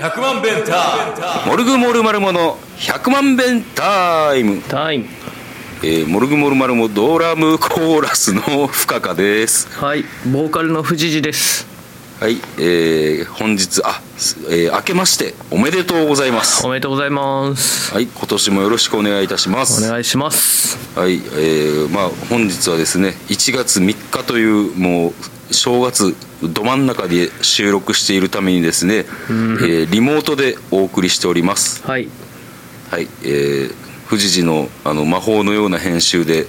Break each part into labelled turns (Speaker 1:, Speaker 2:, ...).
Speaker 1: 100万弁タイムモルグモルマルモの100万弁タイム、
Speaker 2: タイム
Speaker 1: えー、モルグモルマルモドラムコーラスの深川です
Speaker 2: はいボーカルの藤次です
Speaker 1: はい、えー、本日あ、すえー、明けましておめでとうございます
Speaker 2: おめでとうございます
Speaker 1: はい今年もよろしくお願いいたしま
Speaker 2: お
Speaker 1: す
Speaker 2: 願いします
Speaker 1: はい、えー、まあ本日はですね1月3日というもう正月ど真ん中で収録しているためにですね、えーリモートでお送りしております
Speaker 2: はい
Speaker 1: はい、えー、富士寺のあの魔法のような編集で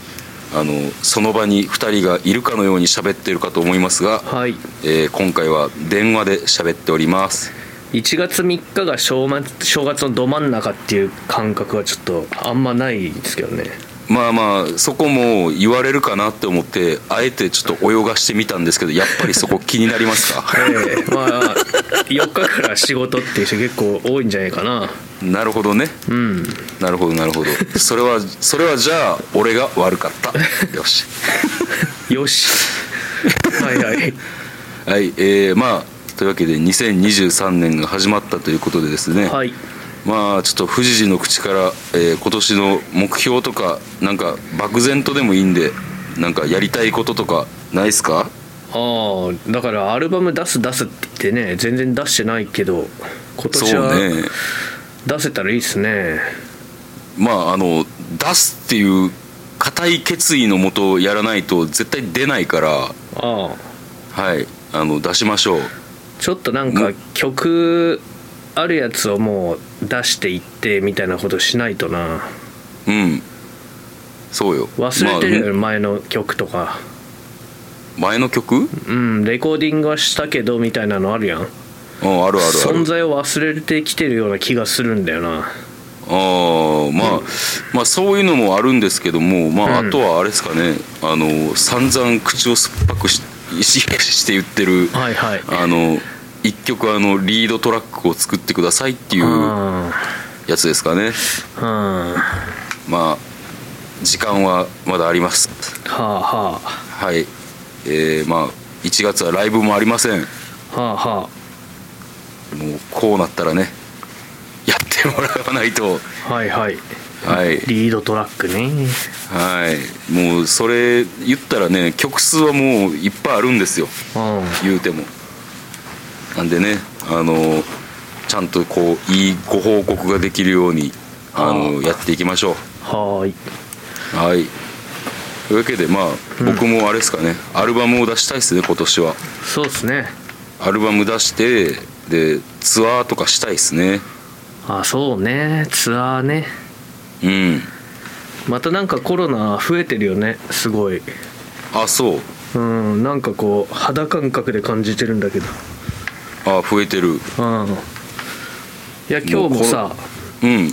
Speaker 1: あのその場に2人がいるかのように喋っているかと思いますが、
Speaker 2: はい
Speaker 1: えー今回は電話で喋っております
Speaker 2: 1月3日が正月正月のど真ん中っていう感覚はちょっとあんまないですけどね
Speaker 1: まあまあそこも言われるかなって思ってあえてちょっと泳がしてみたんですけどやっぱりそこ気になります か
Speaker 2: ええまあ4日から仕事っていう人結構多いんじゃないかな
Speaker 1: なるほどね
Speaker 2: うん
Speaker 1: なるほどなるほどそれはそれはじゃあ俺が悪か ったよし
Speaker 2: よしはいはい
Speaker 1: はいえー、まあというわけで2023年が始まったということでですね、
Speaker 2: はい
Speaker 1: まあちょっと富士寺の口から、えー今年の目標とかなんか漠然とでもいいんでなんかやりたいこととかないっすか
Speaker 2: ああだからアルバム出す出すって言ってね全然出してないけど今年
Speaker 1: そう
Speaker 2: は
Speaker 1: ね
Speaker 2: 出せたらいいっすね
Speaker 1: まああの出すっていう固い決意のもとやらないと絶対出ないから
Speaker 2: ああ
Speaker 1: はいあの出しましょう
Speaker 2: ちょっとなん
Speaker 1: う
Speaker 2: か
Speaker 1: ん
Speaker 2: 曲あるやつをもう出していってみたいなことしないとな
Speaker 1: うんそうよ
Speaker 2: 忘れてるよね、
Speaker 1: まあ
Speaker 2: 前の曲とか
Speaker 1: 前の曲
Speaker 2: うんレコーディングはしたけどみたいなのあるやん
Speaker 1: うんあるあるある
Speaker 2: 存在を忘れてきてるような気がするんだよな
Speaker 1: あーまあ、まあそういうのもあるんですけども、まあ、
Speaker 2: うん
Speaker 1: あとはあれですかね、あの散々口を酸っぱくしして言ってる、
Speaker 2: はいはい
Speaker 1: あの一曲あのリードトラックを作ってくださいっていうやつですかね
Speaker 2: うんうんは
Speaker 1: まあ時間はまだあります
Speaker 2: あは
Speaker 1: はいえー、まあ1月はライブもありませんも
Speaker 2: あはあは
Speaker 1: うこうなったらねやってもらわないと
Speaker 2: あはいはい
Speaker 1: はい
Speaker 2: リードトラックね
Speaker 1: はい、もうそれ言ったらね曲数はもういっぱいあるんですよ
Speaker 2: うん
Speaker 1: 言うてもなんでねあのちゃんとこういいご報告ができるようにあのやっていきましょ
Speaker 2: はーいう
Speaker 1: はいというわけでまあ、僕もあれですかねアルバムを出したいですね今年は
Speaker 2: そうですね
Speaker 1: アルバム出してでツアーとかしたいですね
Speaker 2: あそうねツアーね
Speaker 1: うん
Speaker 2: またなんかコロナ増えてるよねすごい
Speaker 1: あそう
Speaker 2: うんなんかこう肌感覚で感じてるんだけど
Speaker 1: あ増えてる
Speaker 2: うんいや今日もさ
Speaker 1: うん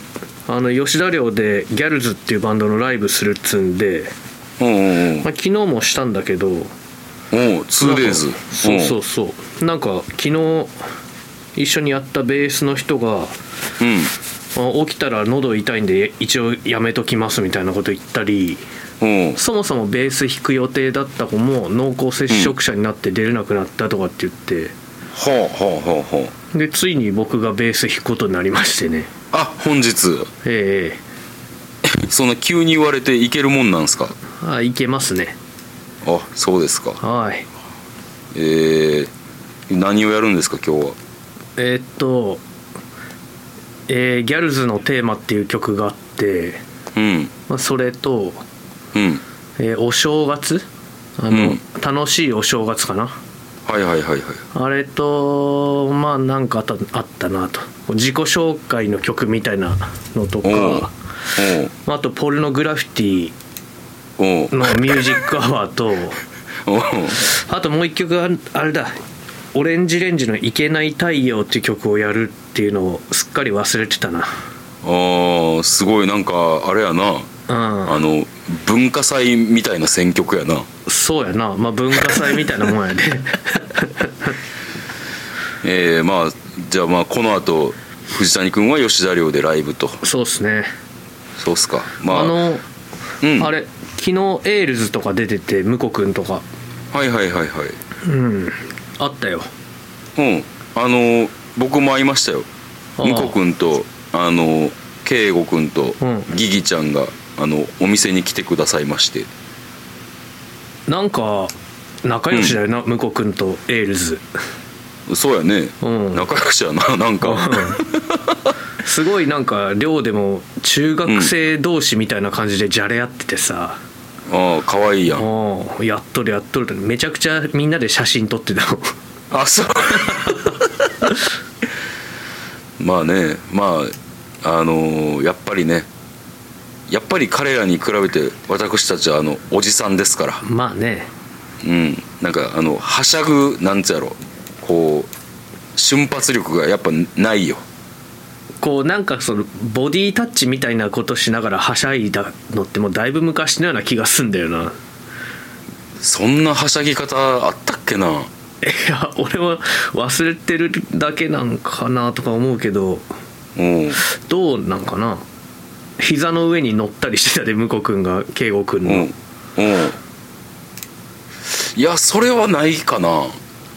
Speaker 2: あの吉田寮でギャルズっていうバンドのライブするっつうんで、
Speaker 1: うんうん
Speaker 2: まあ、昨日もしたんだけど
Speaker 1: うんうん 2days
Speaker 2: そうそうそうなんか昨日一緒にやったベースの人が
Speaker 1: うんうん
Speaker 2: あ起きたら喉痛いんで一応やめときますみたいなこと言ったり
Speaker 1: うん
Speaker 2: そもそもベース弾く予定だった子も濃厚接触者になって出れなくなったとかって言って、
Speaker 1: ほうほうほうほう
Speaker 2: でついに僕がベース弾くことになりましてね
Speaker 1: あ本日
Speaker 2: え
Speaker 1: そんな急に言われていけるもんなんすか
Speaker 2: えあいけますね
Speaker 1: あそうですか
Speaker 2: はい
Speaker 1: えー、何をやるんですか今日は
Speaker 2: えーっと、えーギャルズのテーマ」っていう曲があって、
Speaker 1: うん
Speaker 2: まあ、それと、
Speaker 1: うん
Speaker 2: えーお正月あの、
Speaker 1: うん
Speaker 2: 楽しいお正月かな
Speaker 1: はいはいはいはい
Speaker 2: あれとまあなんかあったあったなと自己紹介の曲みたいなの
Speaker 1: お
Speaker 2: と
Speaker 1: う
Speaker 2: かあとポルノグラフィテ
Speaker 1: おうおう
Speaker 2: ィのミュージックアワー と
Speaker 1: おう
Speaker 2: あともう一曲ああれだ「オレンジレンジのいけない太陽」っていう曲をやるっていうのをすっかり忘れてたな
Speaker 1: あーすごいなんかあれやな
Speaker 2: うん
Speaker 1: あの文化祭みたいな選曲やな
Speaker 2: そうやなまあ文化祭みたいなもん やで
Speaker 1: えー、まあじゃあまあこの後藤谷君は吉田寮でライブと
Speaker 2: そうっすね
Speaker 1: そうっすかまあ
Speaker 2: あの、
Speaker 1: うん、
Speaker 2: あれ昨日エールズとか出てて向こくんとか
Speaker 1: はいはいはいはい
Speaker 2: うんあったよ
Speaker 1: うんあのー僕も会いましたよ
Speaker 2: ああ
Speaker 1: 向こくんとあのー圭吾くんと
Speaker 2: うん
Speaker 1: ギギちゃんがあのお店に来てくださいまして
Speaker 2: なんか仲良しだよな、向こう君とエールズ
Speaker 1: そうやね、
Speaker 2: うん
Speaker 1: 仲良しやな なんか、
Speaker 2: すごいなんか寮でも中学生同士みたいな感じでじゃれ合っててさ、
Speaker 1: ああ可愛いやん
Speaker 2: もうやっとるやっとるってめちゃくちゃみんなで写真撮ってたもん
Speaker 1: あそうまあねまああのーやっぱりねやっぱり彼らに比べて私たちはあのおじさんですから
Speaker 2: まあね
Speaker 1: うんなんかあのはしゃぐなんつやろこう瞬発力がやっぱないよ
Speaker 2: こうなんかそのボディタッチみたいなことしながらはしゃいだのってもうだいぶ昔のような気がすんだよな
Speaker 1: そんなはしゃぎ方あったっけない
Speaker 2: や俺は忘れてるだけなんかなとか思うけど
Speaker 1: うん
Speaker 2: どうなんかな膝の上に乗ったりしてたで向こう君が圭吾君
Speaker 1: う
Speaker 2: の、
Speaker 1: んうんいやそれはないかな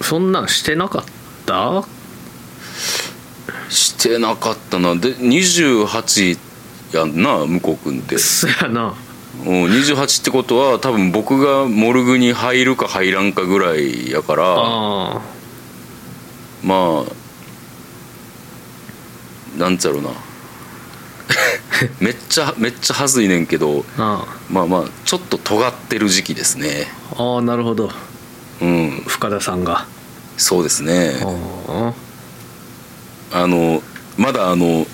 Speaker 2: そんなんしてなかった
Speaker 1: してなかったなで28やんな向こう君って
Speaker 2: そやな
Speaker 1: うん28ってことは多分僕がモルグに入るか入らんかぐらいやから
Speaker 2: あ
Speaker 1: まあなんつうやろうなめっちゃめっちゃはずいねんけど
Speaker 2: ああ
Speaker 1: まあまあちょっと尖ってる時期ですね
Speaker 2: あああなるほど
Speaker 1: うん
Speaker 2: 深田さんが
Speaker 1: そうですね
Speaker 2: ああ
Speaker 1: あのまだあの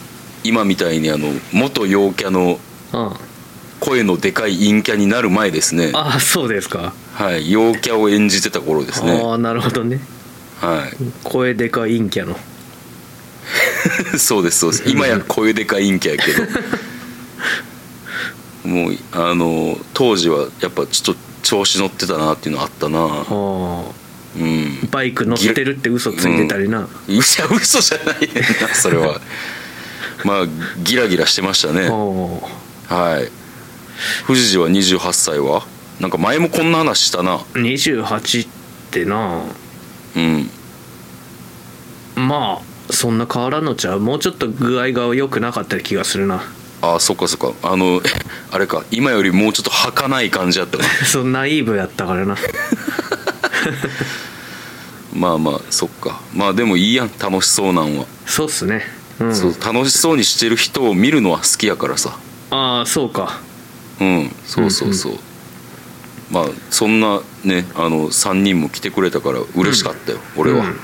Speaker 1: 今みたいにあの元陽キャの
Speaker 2: あ
Speaker 1: 声のでかい陰キャになる前ですね
Speaker 2: あそうですか、
Speaker 1: はい陽キャを演じてた頃ですね
Speaker 2: ああなるほどね
Speaker 1: は
Speaker 2: 声でかい陰キャの
Speaker 1: い そうですそうです今や声でかい陰キャやけど もうあの当時はやっぱちょっと調子乗ってたなっていうのあったな
Speaker 2: あ
Speaker 1: うん
Speaker 2: あバイク乗ってるって嘘ついてたりな、
Speaker 1: 嘘嘘じゃないねんなそれはまあギラギラしてましたね
Speaker 2: あ
Speaker 1: はい富士は28歳はなんか前もこんな話したな
Speaker 2: あ28ってな
Speaker 1: うん
Speaker 2: まあそんな変わらんのちゃうもうちょっと具合が良くなかった気がするな
Speaker 1: ああそっかそっかあの あれか今よりもうちょっと儚い感じだったな
Speaker 2: そんなイーブやったからな
Speaker 1: まあまあそっかまあでもいいやん楽しそうなんは、
Speaker 2: そうっすねうん
Speaker 1: そう楽しそうにしてる人を見るのは好きやからさ
Speaker 2: ああそうか
Speaker 1: うんそうそうそう、まあそんなねあの3人も来てくれたから嬉しかったよ、俺は、
Speaker 2: うん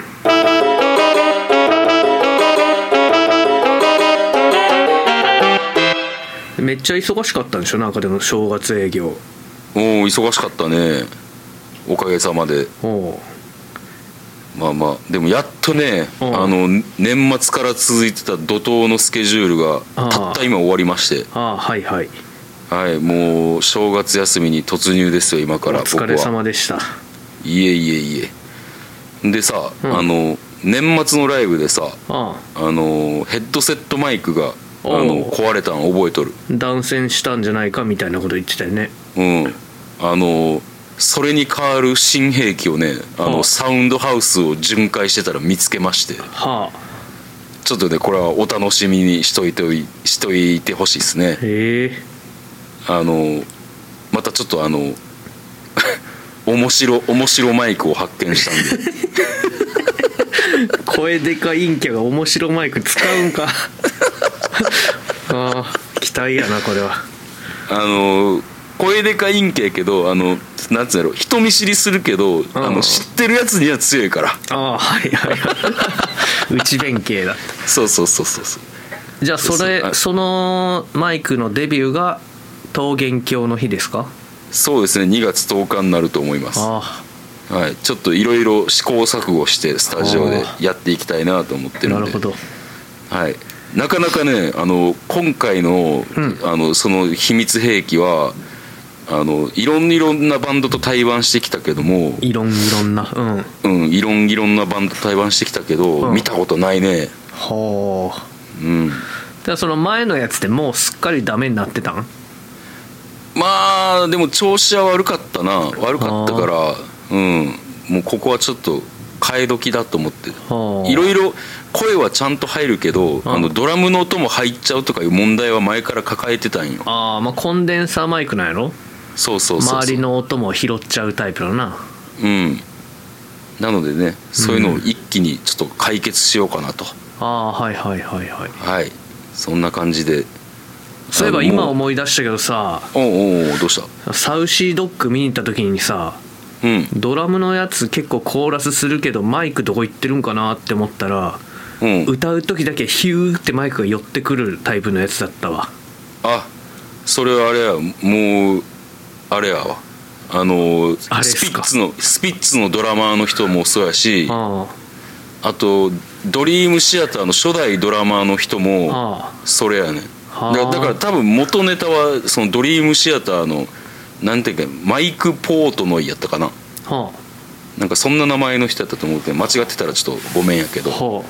Speaker 2: めっちゃ忙しかったんでしょなんかでも正月営業
Speaker 1: おお忙しかったねおかげさまで
Speaker 2: おお
Speaker 1: まあまあでもやっとねあ
Speaker 2: うん
Speaker 1: の年末から続いてた怒涛のスケジュールが
Speaker 2: ああ
Speaker 1: たった今終わりまして
Speaker 2: ああはいはい
Speaker 1: はいもう正月休みに突入ですよ今か
Speaker 2: お
Speaker 1: ら僕
Speaker 2: 疲
Speaker 1: は
Speaker 2: れ様でした
Speaker 1: いえいえいえでさ、
Speaker 2: うん
Speaker 1: あの年末のライブでさ
Speaker 2: ああ
Speaker 1: あのヘッドセットマイクがあ
Speaker 2: おう
Speaker 1: の壊れたの覚えとる
Speaker 2: 断線したんじゃないかみたいなこと言ってたよね
Speaker 1: うんあのそれに代わる新兵器をねあ
Speaker 2: お
Speaker 1: の
Speaker 2: う
Speaker 1: サウンドハウスを巡回してたら見つけまして
Speaker 2: はあ
Speaker 1: ちょっとねこれはお楽しみにしといておいしといてほしいですね
Speaker 2: へえ
Speaker 1: あのまたちょっとあの 面白面白マイクを発見 したんで
Speaker 2: 声でか陰キャが面白マイク使うん かああ期待やなこれは
Speaker 1: あの声でかいんけやけどあのなんつうんだろう人見知りするけど、あの知ってるやつには強いから
Speaker 2: ああはいはい はい内弁慶だ
Speaker 1: そうそうそうそうそう
Speaker 2: じゃあそれ
Speaker 1: そうそうはい
Speaker 2: そのマイクのデビューが桃源郷の日ですか
Speaker 1: そうですね2月10日になると思います、
Speaker 2: あ
Speaker 1: はい、ちょっといろいろ試行錯誤してスタジオでやっていきたいなと思って
Speaker 2: あ
Speaker 1: るんで
Speaker 2: なるほど
Speaker 1: はい、なかなかねあの今回の,、
Speaker 2: うん
Speaker 1: あのその秘密兵器はあのいろんいろんなバンドと対バンしてきたけども、
Speaker 2: いろんいろんなうん
Speaker 1: うん、いろんいろんなバンドと対バンしてきたけど、
Speaker 2: うん
Speaker 1: 見たことないね
Speaker 2: はあ
Speaker 1: うん
Speaker 2: じゃあその前のやつってもうすっかりダメになってたん
Speaker 1: まあでも調子は悪かったな悪かったからうんもうここはちょっと替え時だと思って
Speaker 2: はあ
Speaker 1: いろいろ声はちゃんと入るけどあのドラムの音も入っちゃうとかいう問題は前から抱えてたんよ
Speaker 2: ああまあコンデンサーマイクなんやろ
Speaker 1: そうそうそうそう
Speaker 2: 周りの音も拾っちゃうタイプだな
Speaker 1: うんなのでねそういうのを一気にちょっと解決しようかなと、
Speaker 2: ああはいはいはいはい
Speaker 1: はいそんな感じで
Speaker 2: そういえば
Speaker 1: あのもう
Speaker 2: 今思い出したけどさ
Speaker 1: おうおうおうどうした
Speaker 2: サウシードッグ見に行った時にさ
Speaker 1: うん
Speaker 2: ドラムのやつ結構コーラスするけどマイクどこ行ってるんかなって思ったら
Speaker 1: うん
Speaker 2: 歌う時だけヒューってマイクが寄ってくるタイプのやつだったわ
Speaker 1: あそれはあれやもうあれやわあの
Speaker 2: あれっ
Speaker 1: スピッ
Speaker 2: すか
Speaker 1: ツのスピッツのドラマーの人もそうやしあ
Speaker 2: あ
Speaker 1: とドリームシアターの初代ドラマーの人
Speaker 2: あ
Speaker 1: も
Speaker 2: あ
Speaker 1: それやね
Speaker 2: はあ
Speaker 1: だだから多分元ネタはそのドリームシアターのなんていうかマイク・ポートノイやったかな
Speaker 2: あは
Speaker 1: なんかそんな名前の人やったと思うけど間違ってたらちょっとごめんやけ
Speaker 2: あ
Speaker 1: ど
Speaker 2: は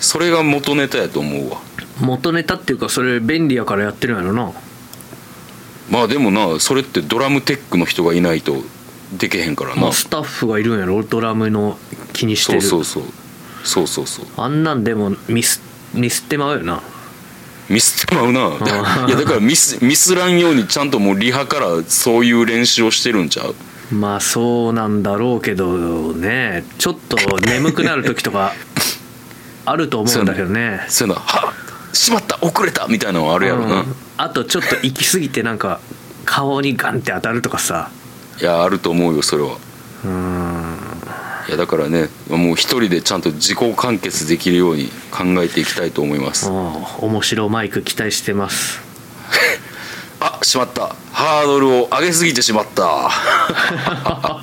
Speaker 1: それが元ネタやと思うわ
Speaker 2: あ元ネタっていうかそれ便利やからやってるんやろな
Speaker 1: まあでもなそれってドラムテックの人がいないとでけへんから
Speaker 2: ま
Speaker 1: な
Speaker 2: あ、スタッフがいるんやろドラムの気にして
Speaker 1: そう
Speaker 2: る
Speaker 1: そうそうそうそうそう
Speaker 2: あんなんでもミスミスってまうよな
Speaker 1: ミスってま うな
Speaker 2: あー
Speaker 1: いやだからミスミスらんようにちゃんともうリハからそういう練習をしてるんちゃう
Speaker 2: まあそうなんだろうけどねちょっと眠くなる時 とかあると思うんだけどね
Speaker 1: そういうのはっしまった遅れたみたいなのあるやろな、
Speaker 2: う
Speaker 1: い
Speaker 2: んあとちょっと行き過ぎてなんか顔にガンって当たるとかさ
Speaker 1: やあると思うよそれは
Speaker 2: うーん
Speaker 1: いやだからねもう一人でちゃんと自己完結できるように考えていきたいと思います
Speaker 2: うん面白マイク期待してます
Speaker 1: あしまったハードルを上げすぎてしまった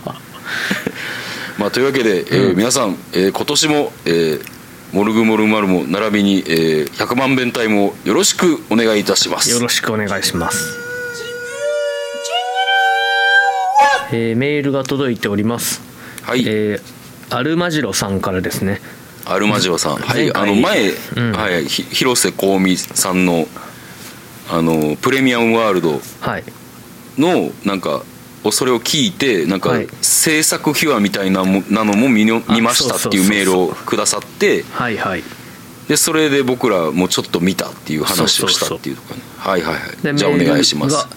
Speaker 1: まあというわけで、えー皆さん、えー今年も、えーモルグモルマルも並びに、えー100万弁隊もよろしくお願いいたします
Speaker 2: よろしくお願いします。えーメールが届いております。
Speaker 1: はい、
Speaker 2: えーアルマジロさんからですね。
Speaker 1: アルマジロさんはい
Speaker 2: 前
Speaker 1: あ
Speaker 2: 回
Speaker 1: の前、
Speaker 2: うん
Speaker 1: はい、ひ広瀬香美さんのあのプレミアムワールド
Speaker 2: はい。
Speaker 1: のなんかおそれを聞いてなんか
Speaker 2: はい
Speaker 1: 制作秘話みたいなもなのも見の
Speaker 2: あ
Speaker 1: 見ましたってい
Speaker 2: そうそうそうそうう
Speaker 1: メールをくださって
Speaker 2: はいはい。
Speaker 1: でそれで僕らもちょっと見たっていう話をしたっていうとかねはいはいは
Speaker 2: で
Speaker 1: いじゃあお
Speaker 2: メール
Speaker 1: 願いします
Speaker 2: が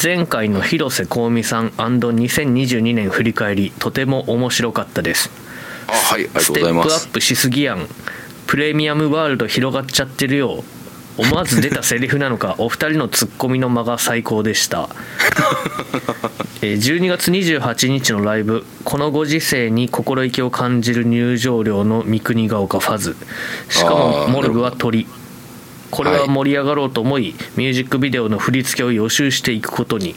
Speaker 2: 前回の広瀬香美さん &2022 年振り返りとても面白かったです。
Speaker 1: あはいありがと
Speaker 2: ス
Speaker 1: うご
Speaker 2: テ
Speaker 1: ざい
Speaker 2: ッ
Speaker 1: ま
Speaker 2: プア
Speaker 1: す
Speaker 2: ップしすぎやんプレミアムワールド広がっちゃってるよ思わず出たセリフなのかお二人のツッコミの間が最高でした えー12月28日のライブこのご時世に心意気を感じる入場料の三国が丘ファズしか
Speaker 1: あ
Speaker 2: も
Speaker 1: ー
Speaker 2: モルグは鳥これは盛り上がろうと思い、ミュージックビデオの振り付けを予習していくことに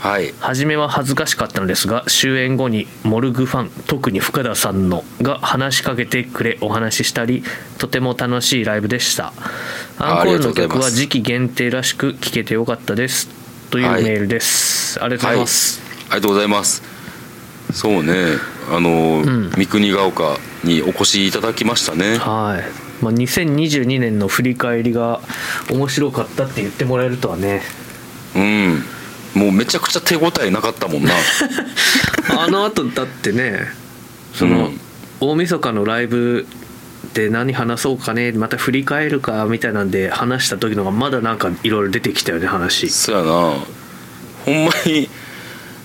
Speaker 1: はい
Speaker 2: 初めは恥ずかしかったのですが終演後にモルグファン特に深田さんのが話しかけてくれお話ししたりとても楽しいライブでしたアンコールの曲は時期限定らしく聴けてよかったですという
Speaker 1: はい
Speaker 2: メールです、ありがとう
Speaker 1: はい
Speaker 2: ござい
Speaker 1: あ
Speaker 2: ま
Speaker 1: り
Speaker 2: す、
Speaker 1: がとうございますそうねあの
Speaker 2: ん
Speaker 1: 三国ヶ丘にお越しいただきましたね
Speaker 2: はいまあ、2022年の振り返りが面白かったって言ってもらえるとはね
Speaker 1: うんもうめちゃくちゃ手応えなかったもんな
Speaker 2: あの後だってねその、
Speaker 1: うん
Speaker 2: 大晦日のライブで何話そうかねまた振り返るかみたいなんで話した時のがまだなんかいろいろ出てきたよね話
Speaker 1: そやなほんまに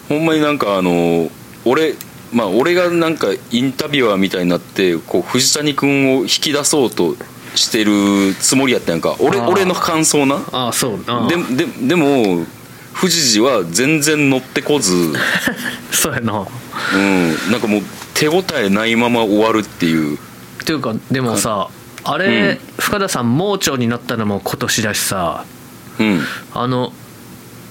Speaker 1: ほんまになんかあの俺まあ俺がなんかインタビュアーみたいになってこう藤谷君を引き出そうとしてるつもりやったやんか俺
Speaker 2: あー
Speaker 1: 俺の感想な
Speaker 2: ああそうああ
Speaker 1: でででも藤次は全然乗ってこ ず、うん、
Speaker 2: そうやなっ
Speaker 1: なんかもう手応えないまま終わるっていう
Speaker 2: ていうかでもさあれ、
Speaker 1: うん
Speaker 2: 深田さん盲腸になったのも今年だしさ
Speaker 1: うん
Speaker 2: あの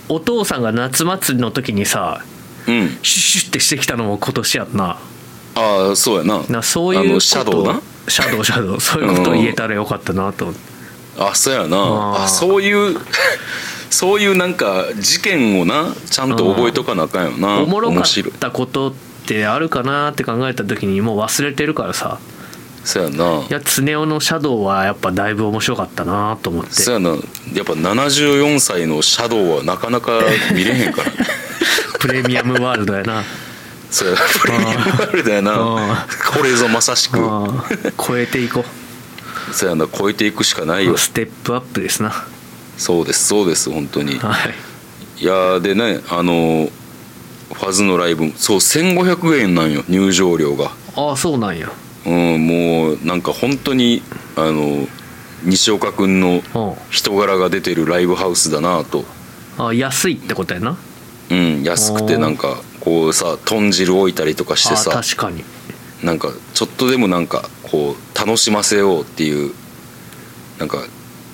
Speaker 2: お父さんが夏祭りの時にさ
Speaker 1: うん
Speaker 2: シュッシュッってしてきたのも今年やんな
Speaker 1: ああそうやな
Speaker 2: なそうい
Speaker 1: あ
Speaker 2: うこと
Speaker 1: のシャドウな
Speaker 2: シャドウシャドウそういうことを言えたらよかったなと思って
Speaker 1: あそうやな
Speaker 2: あー
Speaker 1: あそういう そういうなんか事件をなちゃんと覚えとかなあかんよな
Speaker 2: おもろか
Speaker 1: 面
Speaker 2: っ
Speaker 1: 白い
Speaker 2: たことってあるかなって考えた時にもう忘れてるからさ
Speaker 1: そうやない
Speaker 2: や常雄のシャドウはやっぱだいぶ面白かったなと思って
Speaker 1: そうやなやっぱ74歳のシャドウはなかなか見れへんからね
Speaker 2: プレミアムワールドやな
Speaker 1: それはプレミアムワールドやな
Speaker 2: あ
Speaker 1: これぞまさしく
Speaker 2: ああ超えていこ
Speaker 1: そうやな超えていくしかないうよ
Speaker 2: ステップアップですな
Speaker 1: そうですそうです本当に
Speaker 2: はい
Speaker 1: いやーでねあのーファズのライブそう1500円なんよ入場料が
Speaker 2: ああそうなんや
Speaker 1: うんもうなんか本当にあのー西岡君の
Speaker 2: うん
Speaker 1: 人柄が出てるライブハウスだなと
Speaker 2: あ安いってことやな
Speaker 1: うん安くてなんかこうさ豚汁置いたりとかして
Speaker 2: あ
Speaker 1: さ
Speaker 2: 確かに
Speaker 1: なんかちょっとでもなんかこう楽しませようっていうなんか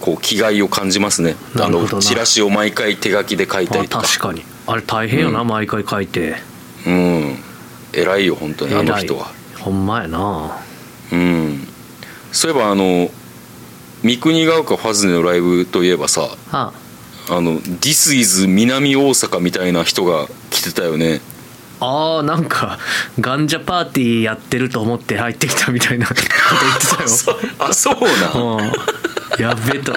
Speaker 1: こう気概を感じますね
Speaker 2: な
Speaker 1: あ
Speaker 2: るほどな
Speaker 1: のチラシを毎回手書きで書いた
Speaker 2: あ
Speaker 1: りとか
Speaker 2: 確かにあれ大変よな、
Speaker 1: う
Speaker 2: 毎回書いて
Speaker 1: うん偉いよ本当にあの人は
Speaker 2: 偉いほんまやな
Speaker 1: うんそういえばあの三国ヶ丘ファズネのライブといえばさ
Speaker 2: あ
Speaker 1: あの「This is 南大阪」みたいな人が来てたよね
Speaker 2: あーなんかガンジャパーティーやってると思って入ってきたみたいなこと言ってた よ
Speaker 1: あそうなん
Speaker 2: うんやべえ と
Speaker 1: い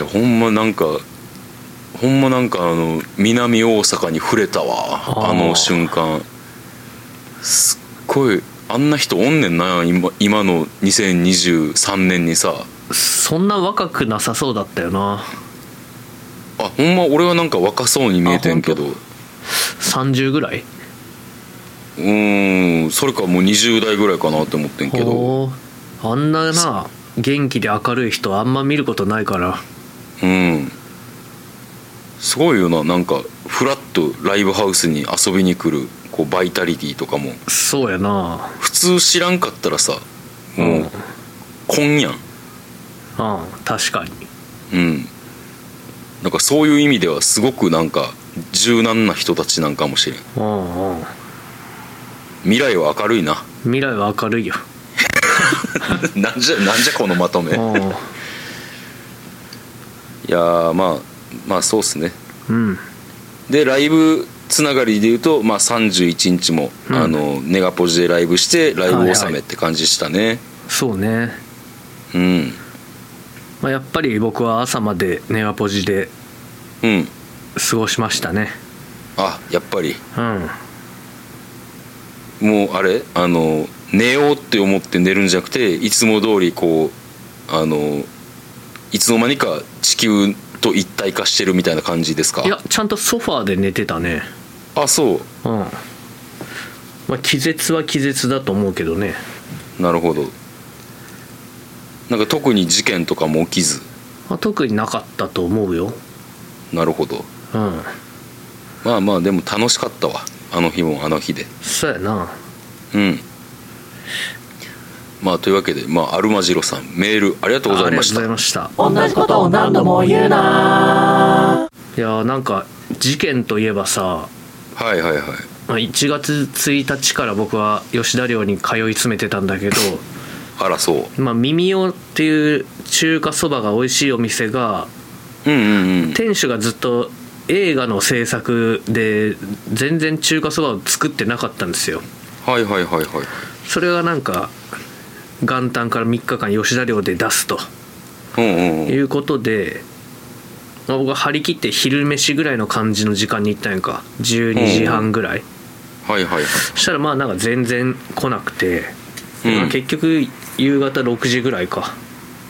Speaker 1: やほんまなんかほんまなんかあの南大阪に触れたわ
Speaker 2: あー
Speaker 1: あの瞬間すっごいあんな人おんねんな今今の2023年にさ
Speaker 2: そんな若くなさそうだったよな
Speaker 1: あほんま俺はなんか若そうに見えてんけど
Speaker 2: あ
Speaker 1: う
Speaker 2: 本30ぐらい
Speaker 1: ーんそれかもう20代ぐらいかなって思ってんけど
Speaker 2: おーあんなな元気で明るい人あんま見ることないから
Speaker 1: うんすごいよななんかフラッとライブハウスに遊びに来るこうバイタリティとかも
Speaker 2: そうやな
Speaker 1: 普通知らんかったらさも
Speaker 2: うん
Speaker 1: う今やん
Speaker 2: うん確かに
Speaker 1: うん、なんかそういう意味ではすごくなんか柔軟な人たちなんかもしれん
Speaker 2: うんうん
Speaker 1: 未来は明るいな
Speaker 2: 未来は明るいよ
Speaker 1: なんじゃなんじゃこのまとめ
Speaker 2: う
Speaker 1: い
Speaker 2: ん
Speaker 1: やーまあまあそうっすね
Speaker 2: うん
Speaker 1: でライブつながりで言うと、まあ、31日も、
Speaker 2: うん
Speaker 1: あのネガポジでライブしてライブ納めって感じしたね、
Speaker 2: そうね、
Speaker 1: うん
Speaker 2: まあ、やっぱり僕は朝までネガポジで
Speaker 1: うん
Speaker 2: 過ごしましたね
Speaker 1: あやっぱり
Speaker 2: うん
Speaker 1: もうあれあの寝ようって思って寝るんじゃなくていつも通りこうあのいつの間にか地球と一体化してるみたいな感じですか
Speaker 2: いやちゃんとソファーで寝てたね
Speaker 1: あそ
Speaker 2: うんまあ気絶は気絶だと思うけどね
Speaker 1: うなるほどなんか特に事件とかも起きず
Speaker 2: まあ、特になかったと思うよ
Speaker 1: なるほど
Speaker 2: うん
Speaker 1: まあまあでも楽しかったわあの日もあの日で
Speaker 2: そうやな
Speaker 1: うんまあというわけで、まあ、アルマジロさんメールありがとうございました
Speaker 2: ありがとうございました
Speaker 3: 同じことを何度も言うな。
Speaker 2: いやーなんか事件といえばさ
Speaker 1: はいはいはい
Speaker 2: まあ1月1日から僕は吉田寮に通い詰めてたんだけど
Speaker 1: あらそう
Speaker 2: まあ耳をっていう中華そばが美味しいお店が
Speaker 1: うんうんうん
Speaker 2: 店主がずっと映画の制作で全然中華そばを作ってなかったんですよ
Speaker 1: はいはいはいはい
Speaker 2: それがなんか元旦から3日間吉田寮で出すと
Speaker 1: うんうんうん
Speaker 2: いうことで、まあ僕は張り切って昼飯ぐらいの感じの時間に行ったんやんか12時半ぐらい、
Speaker 1: はいはいはい
Speaker 2: そしたらまあなんか全然来なくて、
Speaker 1: うん
Speaker 2: まあ結局夕方6時ぐらいか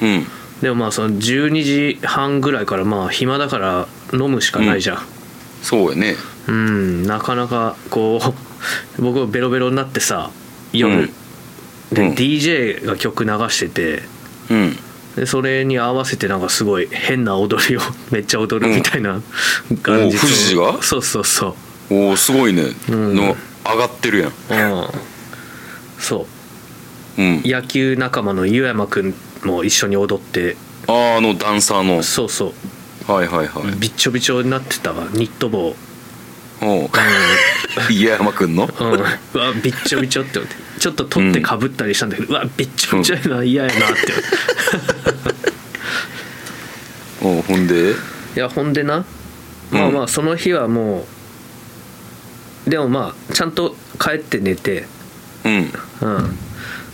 Speaker 1: うん
Speaker 2: でもまあその12時半ぐらいからまあ暇だから飲むしかないじゃん
Speaker 1: そうやね
Speaker 2: うん、なかなかこう僕もベロベロになってさ夜、
Speaker 1: うん
Speaker 2: で、
Speaker 1: うん
Speaker 2: DJ が曲流してて
Speaker 1: うん
Speaker 2: でそれに合わせてなんかすごい変な踊りを めっちゃ踊るみたいな感じ
Speaker 1: お富士が
Speaker 2: そうそうそう
Speaker 1: おおすごいね、
Speaker 2: うん
Speaker 1: の上がってるやん
Speaker 2: うんそう
Speaker 1: うん
Speaker 2: 野球仲間の湯山君も一緒に踊って
Speaker 1: あーあのダンサーの
Speaker 2: そうそう
Speaker 1: はいはいはい、
Speaker 2: びっちょびちょになってたわニット帽
Speaker 1: おう 家山くんの
Speaker 2: うん、うわびっちょびちょって思ってちょっと取ってかぶったりしたんだけど、うわびっちょびちょやな嫌やなって思って
Speaker 1: おうほんで
Speaker 2: いやほんでなまあま
Speaker 1: う
Speaker 2: あその日はもうでもまあちゃんと帰って寝て
Speaker 1: うん
Speaker 2: うん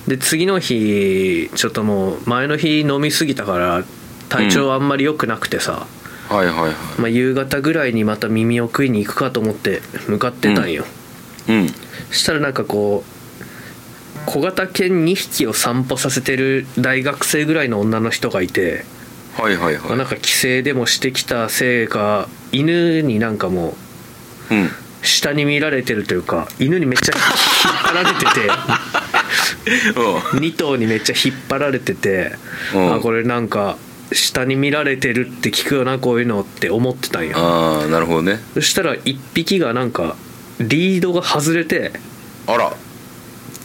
Speaker 2: で次の日ちょっともう前の日飲みすぎたから体調あんまり良くなくてさ、
Speaker 1: はいはいはい
Speaker 2: まあ、夕方ぐらいにまた耳を食いに行くかと思って向かってたんよ、
Speaker 1: うん
Speaker 2: したらなんかこう小型犬2匹を散歩させてる大学生ぐらいの女の人がいて、
Speaker 1: はいはい
Speaker 2: まあ
Speaker 1: は
Speaker 2: なんか帰省でもしてきたせいか犬になんかもう
Speaker 1: いうん
Speaker 2: 下に見られてるというか犬にめっちゃ引っ張られてて2頭にめっちゃ引っ張られてて、
Speaker 1: うん
Speaker 2: あこれなんか下に見られてるって聞くよなこういうのって思ってたんよ
Speaker 1: ああなるほどね
Speaker 2: そしたら1匹がなんかリードが外れて
Speaker 1: あら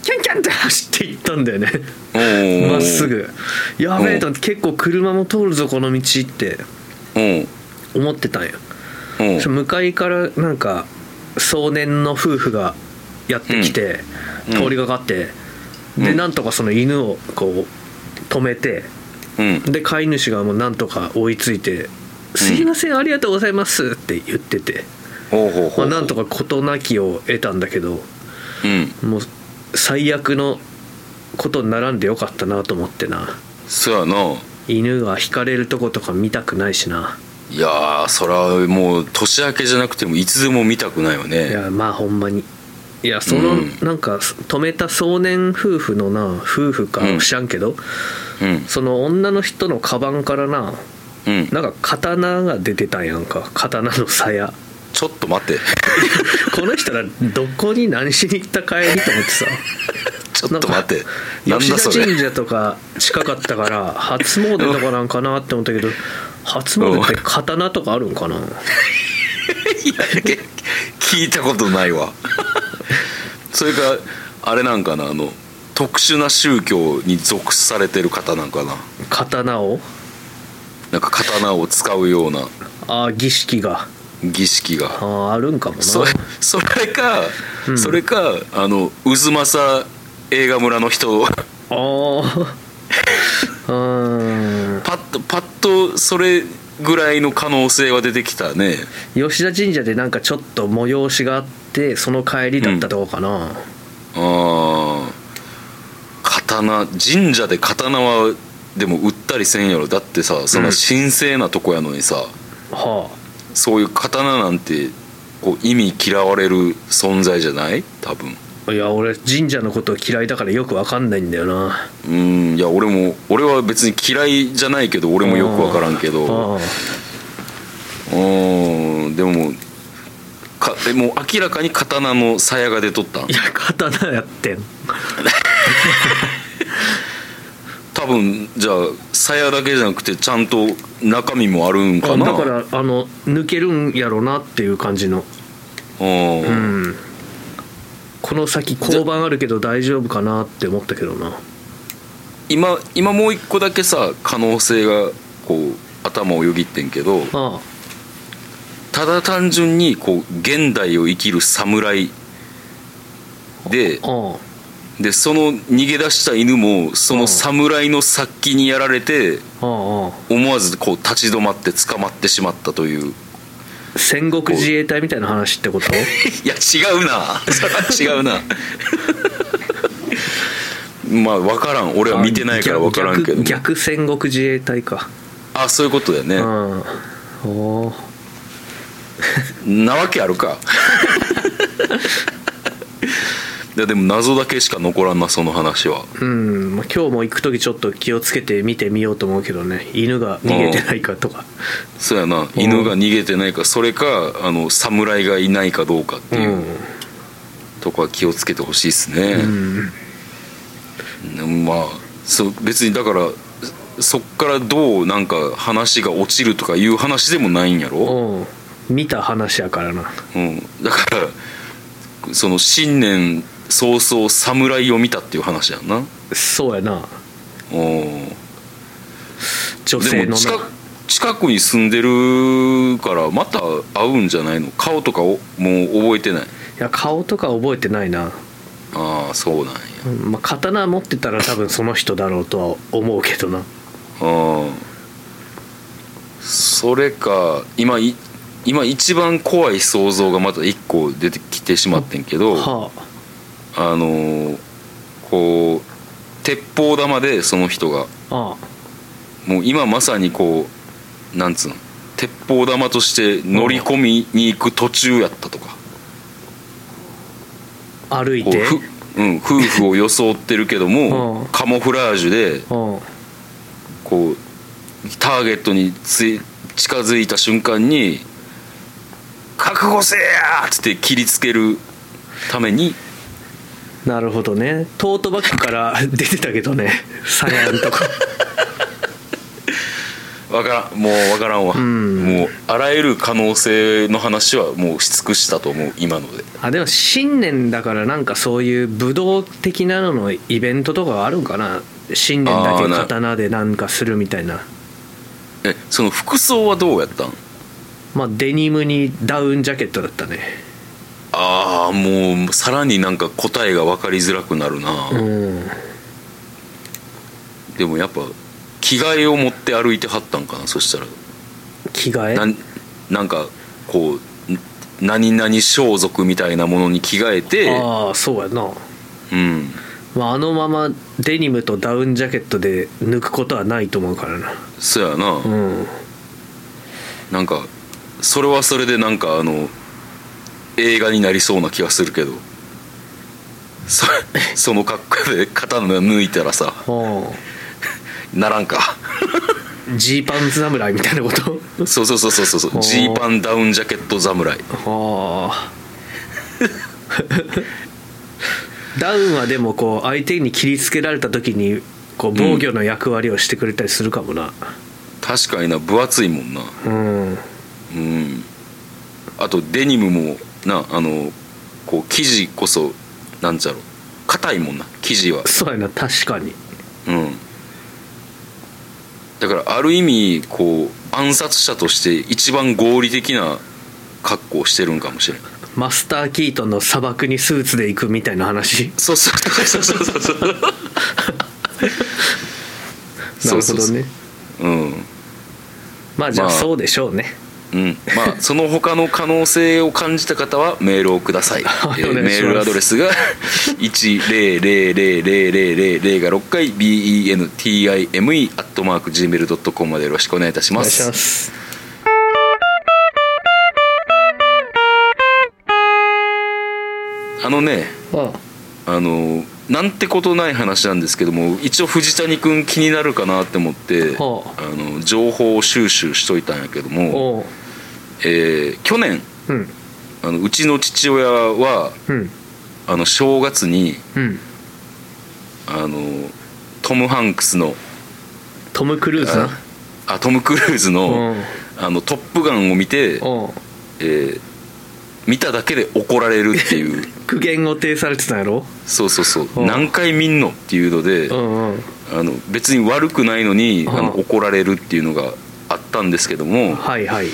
Speaker 2: キャンキャンって走っていったんだよね
Speaker 1: おー
Speaker 2: まっすぐやべ
Speaker 1: う
Speaker 2: え
Speaker 1: ん
Speaker 2: と思って結構車も通るぞこの道って
Speaker 1: うん
Speaker 2: 思ってたんや
Speaker 1: うん
Speaker 2: 向かいからなんか壮年の夫婦がやってきて、
Speaker 1: うん
Speaker 2: 通りがかって、で
Speaker 1: うん
Speaker 2: なんとかその犬をこう止めて
Speaker 1: うん
Speaker 2: で飼い主がもうなんとか追いついて「すいませんありがとうございます」って言ってて、
Speaker 1: ほうほうほ
Speaker 2: まあ、
Speaker 1: う
Speaker 2: なんとか事なきを得たんだけど
Speaker 1: うん
Speaker 2: もう最悪のことに並んでよかったなと思ってな
Speaker 1: そやな
Speaker 2: 犬が引かれるとことか見たくないしない
Speaker 1: やーそれはもう年明けじゃなくてもいつでも見たくないよ
Speaker 2: い
Speaker 1: ね
Speaker 2: やまあほんまにいやその、
Speaker 1: うん
Speaker 2: なんか止めた壮年夫婦のな夫婦か
Speaker 1: うん
Speaker 2: 知らんけど、
Speaker 1: うん
Speaker 2: その女の人のカバンからな
Speaker 1: うん
Speaker 2: なんか刀が出てたんやんか刀の鞘
Speaker 1: ちょっと待 って
Speaker 2: この人らどこに何しに行った帰りと思ってさ
Speaker 1: ちょっと待って なん
Speaker 2: 吉
Speaker 1: だそ
Speaker 2: 田神
Speaker 1: れ
Speaker 2: 社とか近かったから初詣とかなんかなって思ったけど初詣って刀とかあるんかな
Speaker 1: 聞いたことない わそれかあれなんかなあの特殊な宗教に属されてる方なんかな
Speaker 2: 刀を
Speaker 1: なんか刀を使うような
Speaker 2: ああ儀式が
Speaker 1: 儀式
Speaker 2: あ
Speaker 1: が
Speaker 2: ああるんかもな
Speaker 1: それそれか、それかあの渦政映画村の人
Speaker 2: あーうーん
Speaker 1: パッとパッとそれぐらいの可能性は出てきたね
Speaker 2: 吉田神社でなんかちょっと催しがあってその帰りだったとこかな、
Speaker 1: あー刀神社で刀はでも売ったりせんやろだってさその神聖なとこやのにさ、
Speaker 2: は
Speaker 1: そういう刀なんてこう意味嫌われる存在じゃない多分
Speaker 2: あいや俺神社のこと嫌いだからよくわかんないんだよな
Speaker 1: うんいや俺も俺は別に嫌いじゃないけど俺もよくわからんけど
Speaker 2: あ
Speaker 1: うんでもかでも明らかに刀の鞘が出とったん
Speaker 2: いや刀やってん
Speaker 1: 多分じゃあ鞘だけじゃなくてちゃんと中身もあるんか
Speaker 2: あ
Speaker 1: な
Speaker 2: だからあの抜けるんやろなっていう感じの
Speaker 1: うん、
Speaker 2: うんこの先交番あるけど大丈夫かなって思ったけどな
Speaker 1: 今今もう一個だけさ可能性がこう頭をよぎってんけど
Speaker 2: あ
Speaker 1: ただ単純にこう現代を生きる侍で
Speaker 2: ああ
Speaker 1: でその逃げ出した犬もその侍の殺気にやられて
Speaker 2: ああ
Speaker 1: 思わずこう立ち止まって捕まってしまったという
Speaker 2: あ戦国自衛隊みたいな話ってこと
Speaker 1: いや違うな それは違うなまあ分からん俺は見てないから分からんけど
Speaker 2: 逆逆戦国自衛隊か
Speaker 1: あそういうことだよ
Speaker 2: う
Speaker 1: ね、
Speaker 2: んおー
Speaker 1: なわけあるか いやでも謎だけしか残らんなその話は
Speaker 2: うんまあ今日も行く時ちょっと気をつけて見てみようと思うけどね犬が逃げてないかとか
Speaker 1: そうやな犬が逃げてないかそれかあの侍がいないかどうかって
Speaker 2: う
Speaker 1: いうんとこは気をつけてほしいですね、
Speaker 2: うん
Speaker 1: うんまあそう別にだからそっからどうなんか話が落ちるとかいう話でもないんやろ、
Speaker 2: うん見た話やからな
Speaker 1: うん、だからその新年早々侍を見たっていう話やんな
Speaker 2: そうやな
Speaker 1: うん
Speaker 2: 女性
Speaker 1: で
Speaker 2: の
Speaker 1: も
Speaker 2: な
Speaker 1: 近近くに住んでるからまた会うんじゃないの顔とかをもう覚えてない
Speaker 2: いや顔とか覚えてないな、
Speaker 1: ああそうなんや
Speaker 2: うんまあ、刀持ってたら多分その人だろうとは思うけどな
Speaker 1: うんそれか今い今一番怖い想像がまた一個出てきてしまってんけどあ
Speaker 2: は
Speaker 1: のーこう鉄砲玉でその人が
Speaker 2: あああ
Speaker 1: もう今まさにこうなんつうの鉄砲玉として乗り込みに行く途中やったとか
Speaker 2: 歩い
Speaker 1: こう
Speaker 2: て
Speaker 1: ふうん、夫婦を装ってるけども、
Speaker 2: うん
Speaker 1: カモフラージュで
Speaker 2: うん
Speaker 1: こうターゲットについ近づいた瞬間に「覚悟せえや!」っつって切りつけるために
Speaker 2: なるほどねトートバッグから 出てたけどねサヤンと か
Speaker 1: わからんもうわからんわ、
Speaker 2: ん
Speaker 1: もうあらゆる可能性の話はもうし尽くしたと思う今ので
Speaker 2: あでも新年だからなんかそういう武道的なののイベントとかはあるんかな新年だ
Speaker 1: あー
Speaker 2: け
Speaker 1: な
Speaker 2: 刀でなんかするみたいな
Speaker 1: えその服装はどうやったん
Speaker 2: まあデニムにダウンジャケットだったね
Speaker 1: ああもうさらになんか答えが分かりづらくなるな、
Speaker 2: うん
Speaker 1: でもやっぱ着替えを持って歩いてはったんかなそしたら
Speaker 2: 着替
Speaker 1: な
Speaker 2: え
Speaker 1: んなんかこうな何々装束みたいなものに着替えて、
Speaker 2: ああそうやな、
Speaker 1: うん、
Speaker 2: まあ、あのままデニムとダウンジャケットで抜くことはないと思うからな
Speaker 1: そやな、
Speaker 2: うん
Speaker 1: なんかそれはそれでなんかあの映画になりそうな気がするけど そその格好で刀抜いたらさならんか
Speaker 2: うんジーパン侍みたいなこと
Speaker 1: そうそうそうそうそうそ
Speaker 2: おー
Speaker 1: うジーパンダウンジャケット侍
Speaker 2: ああダウンはでもこう相手に切りつけられた時にこう防御の役割をしてくれたりするかもな
Speaker 1: 確かにな分厚いもんな
Speaker 2: うん
Speaker 1: うんあとデニムもなあのこう生地こそなんちゃろ硬いもんな生地は
Speaker 2: そうやな確かに
Speaker 1: うんだからある意味こう暗殺者として一番合理的な格好をしてるんかもしれない
Speaker 2: マスター・キートンの砂漠にスーツで行くみたいな話
Speaker 1: そうそうそうそうそうそう
Speaker 2: な
Speaker 1: そう
Speaker 2: る
Speaker 1: そう
Speaker 2: ほどね
Speaker 1: そううん
Speaker 2: まあじゃあ
Speaker 1: まあ
Speaker 2: そうでしょうね、
Speaker 1: うん、まあその他の可能性を感じた方はメールをください、え
Speaker 2: はい
Speaker 1: ー
Speaker 2: お願いします
Speaker 1: メールアドレスが1000000が6回 bentime.gmail.com までよろしくお願いいたし
Speaker 2: お
Speaker 1: ま
Speaker 2: 願い
Speaker 1: す
Speaker 2: します
Speaker 1: あのね
Speaker 2: あ
Speaker 1: あのなんてことない話なんですけども一応藤谷君気になるかなって思って、
Speaker 2: は
Speaker 1: あの情報を収集しといたんやけど
Speaker 2: あ
Speaker 1: も、
Speaker 2: おう
Speaker 1: えー去年
Speaker 2: うん
Speaker 1: あのうちの父親は
Speaker 2: うん
Speaker 1: あの正月に
Speaker 2: うん
Speaker 1: あのトム・ハンクスの「
Speaker 2: トム・クルーズな
Speaker 1: あトム・クルーズの
Speaker 2: うん
Speaker 1: 「あのトップガン」を見て、
Speaker 2: おう
Speaker 1: えー見ただけで怒られるって いう
Speaker 2: 苦言を呈されてたんやろ
Speaker 1: そうそうそう
Speaker 2: うん
Speaker 1: 何回見んのっていうので、
Speaker 2: うんうん
Speaker 1: あの別に悪くないのに、あの
Speaker 2: うん
Speaker 1: 怒られるっていうのがあったんですけども、
Speaker 2: はいはい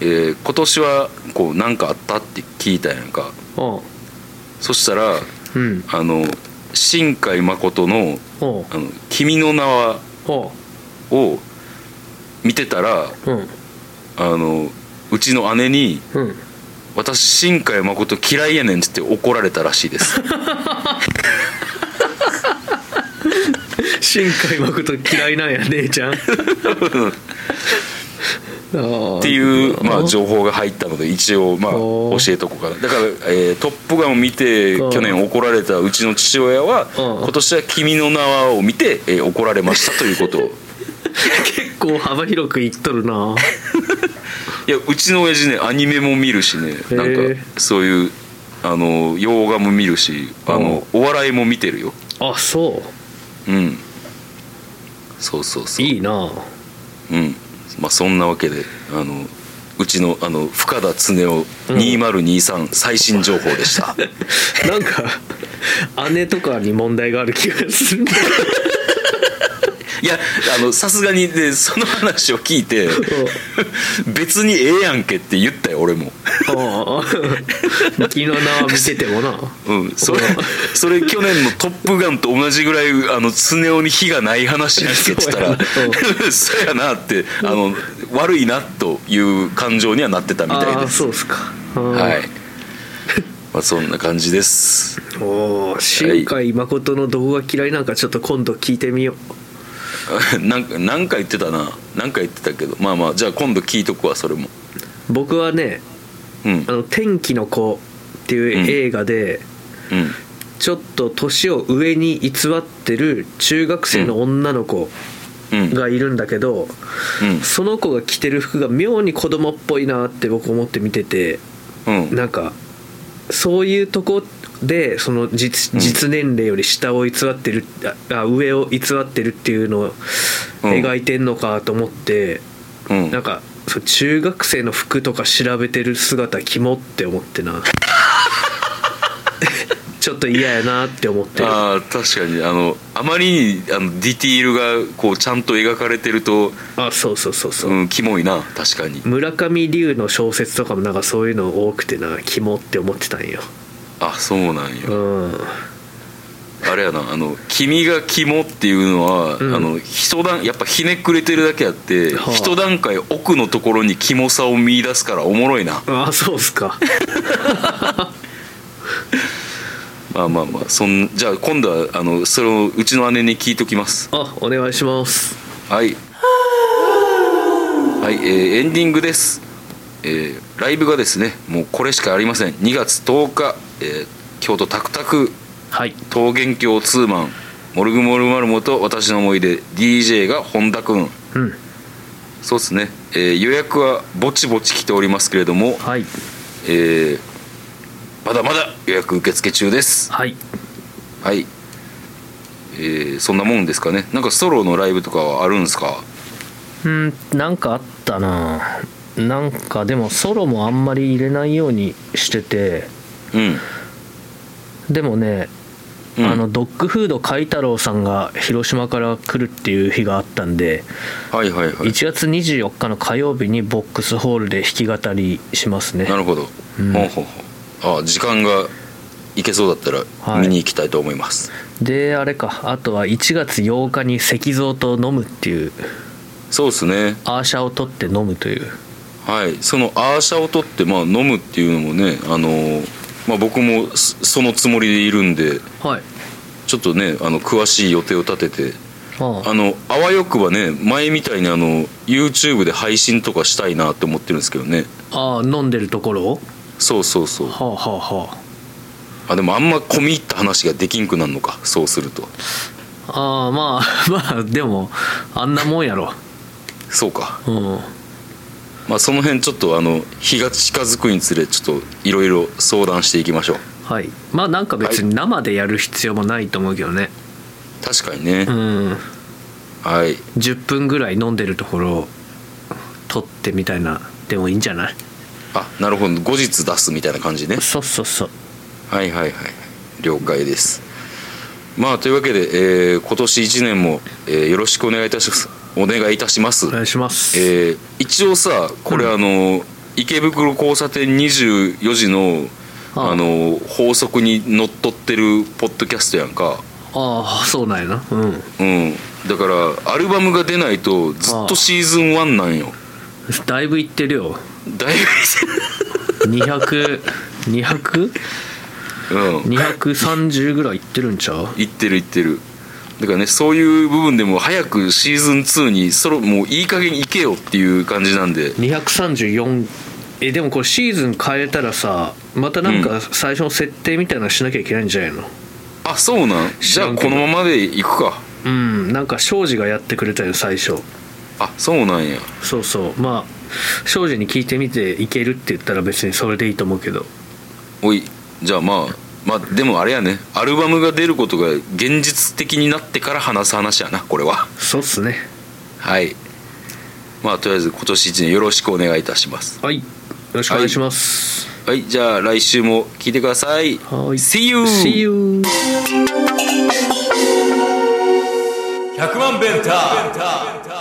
Speaker 1: えー今年はこう何かあったって聞いたやんか
Speaker 2: おう
Speaker 1: そしたら
Speaker 2: うん
Speaker 1: あの新海誠の
Speaker 2: おう
Speaker 1: 「あの君の名は
Speaker 2: おう」
Speaker 1: を見てたら
Speaker 2: うん
Speaker 1: あのうちの姉に「
Speaker 2: うん
Speaker 1: 私新海誠嫌いやねんっつって怒られたらしいです
Speaker 2: 新海誠嫌いなんや姉ちゃ ん
Speaker 1: って
Speaker 2: っ
Speaker 1: いう、まあ、情報が入ったので一応、まあ、教
Speaker 2: おー
Speaker 1: えとこうかなだから「えートップガン」を見て
Speaker 2: うん
Speaker 1: 去年怒られたうちの父親は
Speaker 2: うん
Speaker 1: 今年は「君の名は」を見て、えー怒られましたということ を
Speaker 2: 結構幅広く言っとるない
Speaker 1: やうちの親父ねアニメも見るしね
Speaker 2: へ
Speaker 1: なん
Speaker 2: ー
Speaker 1: かそういうあの洋画も見るしあのお笑いも見てるよ
Speaker 2: あそ
Speaker 1: うんそうそう
Speaker 2: う
Speaker 1: そう
Speaker 2: いいな
Speaker 1: うんまあ、そんなわけであのうちのあの深田恒夫2023最新情報でした、
Speaker 2: なんか姉とかに問題がある気がする
Speaker 1: いやあのさすがにねその話を聞いて別にええやんけって言ったよ俺も、
Speaker 2: ああ 昨日な見ててもな
Speaker 1: うん、それそれ去年の「トップガン」と同じぐらいあの恒夫に火がない話やんけって言ったら「 そうやな」ってあの悪いなという感情にはなってたみたい
Speaker 2: あ
Speaker 1: で
Speaker 2: あ
Speaker 1: す
Speaker 2: そうっすか
Speaker 1: は、
Speaker 2: はい
Speaker 1: まあ、そんな感じです
Speaker 2: おー新海誠のどこが嫌いなんかちょっと今度聞いてみよう
Speaker 1: なんかなんか言ってたななんか言ってたけどまあまあじゃあ今度聞いとくわそれも
Speaker 2: 僕はね
Speaker 1: うん
Speaker 2: あの「天気の子」っていう映画で、
Speaker 1: ううん
Speaker 2: ちょっと年を上に偽ってる中学生の女の子
Speaker 1: うん
Speaker 2: がいるんだけど、
Speaker 1: うん
Speaker 2: その子が着てる服が妙に子供っぽいなって僕思って見てて
Speaker 1: うん
Speaker 2: なんかそういうとこでその実実年齢より下を偽ってる、ああ上を偽ってるっていうのを
Speaker 1: うん
Speaker 2: 描いてんのかと思って、
Speaker 1: うん
Speaker 2: なんかそう中学生の服とか調べてる姿キモって思ってな ちょっと嫌やなって思って
Speaker 1: あー確かにあのあまりにあのディティールがこうちゃんと描かれてると、
Speaker 2: あそうそうそうそう、
Speaker 1: うん、キモいな確かに
Speaker 2: 村上龍の小説とかもなんかそういうの多くてなキモって思ってたんよ
Speaker 1: あそうなん
Speaker 2: う
Speaker 1: よ
Speaker 2: ん
Speaker 1: あれやなあの「君がキモ」っていうのは、
Speaker 2: うん
Speaker 1: あの一段やっぱひねくれてるだけあって、
Speaker 2: はあ
Speaker 1: 一段階奥のところにキモさを見出すからおもろいな
Speaker 2: あそうっすか
Speaker 1: まあまあまあそんじゃあ今度はあのそれをうちの姉に聞いときます
Speaker 2: あお願いします
Speaker 1: はいはい、えーエンディングです、えーライブがですねもうこれしかありません2月10日、えー京都タクタク
Speaker 2: はい
Speaker 1: 桃源郷ツーマンモルグモルマルモと私の思い出 DJ が本田くん
Speaker 2: うん
Speaker 1: そうですね、えー予約はぼちぼち来ておりますけれども、
Speaker 2: はい
Speaker 1: えーまだまだ予約受付中です
Speaker 2: はい
Speaker 1: はい、えーそんなもんですかねなんかソロのライブとかはあるんですか
Speaker 2: うんなんかあったななんかでもソロもあんまり入れないようにしてて
Speaker 1: うん、
Speaker 2: でもね、
Speaker 1: うん
Speaker 2: あのドッグフード海太郎さんが広島から来るっていう日があったんで、
Speaker 1: はいはいはい
Speaker 2: 1月24日の火曜日にボックスホールで弾き語りしますね
Speaker 1: なるほど、
Speaker 2: うん
Speaker 1: ほうほうほうあ時間がいけそうだった
Speaker 2: は
Speaker 1: ら見
Speaker 2: い
Speaker 1: に行きたいと思います、
Speaker 2: であれかあとは1月8日に石像と飲むっていう
Speaker 1: そうですね
Speaker 2: アーシャを取って飲むという
Speaker 1: はいそのアーシャを取って、まあ、飲むっていうのもね、あのーまあ、僕もそそのつもりでいるんで
Speaker 2: はい
Speaker 1: ちょっとねあの詳しい予定を立てて
Speaker 2: あ
Speaker 1: あのあわよくばね前みたいにあの YouTube で配信とかしたいなって思ってるんですけどね
Speaker 2: ああ飲んでるところを
Speaker 1: そうそうそう
Speaker 2: はあはあは
Speaker 1: あでもあんま込み入った話ができんくなるのかそうすると
Speaker 2: あああまあ まあでもあんなもんやろ
Speaker 1: そうか
Speaker 2: うん
Speaker 1: まあ、その辺ちょっとあの日が近づくにつれちょっといろいろ相談していきましょう
Speaker 2: はいまあなんか別に生でやる必要もないと思うけどね、
Speaker 1: 確かにね、
Speaker 2: うん
Speaker 1: はい
Speaker 2: 10分ぐらい飲んでるところを取ってみたいなでもいいんじゃない
Speaker 1: あなるほど後日出すみたいな感じね
Speaker 2: そうそうそう
Speaker 1: はいはいはい了解ですまあというわけで、えー今年1年も、えーよろしくお願いいたしますお願いいたします
Speaker 2: お願いします、
Speaker 1: えー一応さこれあの、池袋交差点24時の
Speaker 2: ああ
Speaker 1: あの法則にのっとってるポッドキャストやんか
Speaker 2: ああそうなんやなうん
Speaker 1: うんだからアルバムが出ないとずっとシーズン1なん よ
Speaker 2: だいぶいってるよ
Speaker 1: だいぶ
Speaker 2: 200230
Speaker 1: うん
Speaker 2: ぐらいいってるんちゃう
Speaker 1: いってるいってるだからねそういう部分でも早くシーズン2にそろもういい加減いけよっていう感じなんで
Speaker 2: 234えでもこれシーズン変えたらさまたなん
Speaker 1: う
Speaker 2: か最初の設定みたいなのしなきゃいけないんじゃないの
Speaker 1: あそうなん
Speaker 2: 知
Speaker 1: じゃ
Speaker 2: ら
Speaker 1: あ
Speaker 2: んけど
Speaker 1: このままでいくか
Speaker 2: うんなんか庄司がやってくれたよ最初
Speaker 1: あそうなんや
Speaker 2: そうそうまあ庄司に聞いてみていけるって言ったら別にそれでいいと思うけど
Speaker 1: おいじゃあまあまあでもあれやねアルバムが出ることが現実的になってから話す話やなこれは
Speaker 2: そうっすね
Speaker 1: はいまあとりあえず今年1年よろしくお願いいたします
Speaker 2: はいよろしくお願いします、
Speaker 1: はいじゃあ来週も聞いてください
Speaker 2: はい
Speaker 1: See you!
Speaker 2: See you!
Speaker 4: 100万ベンター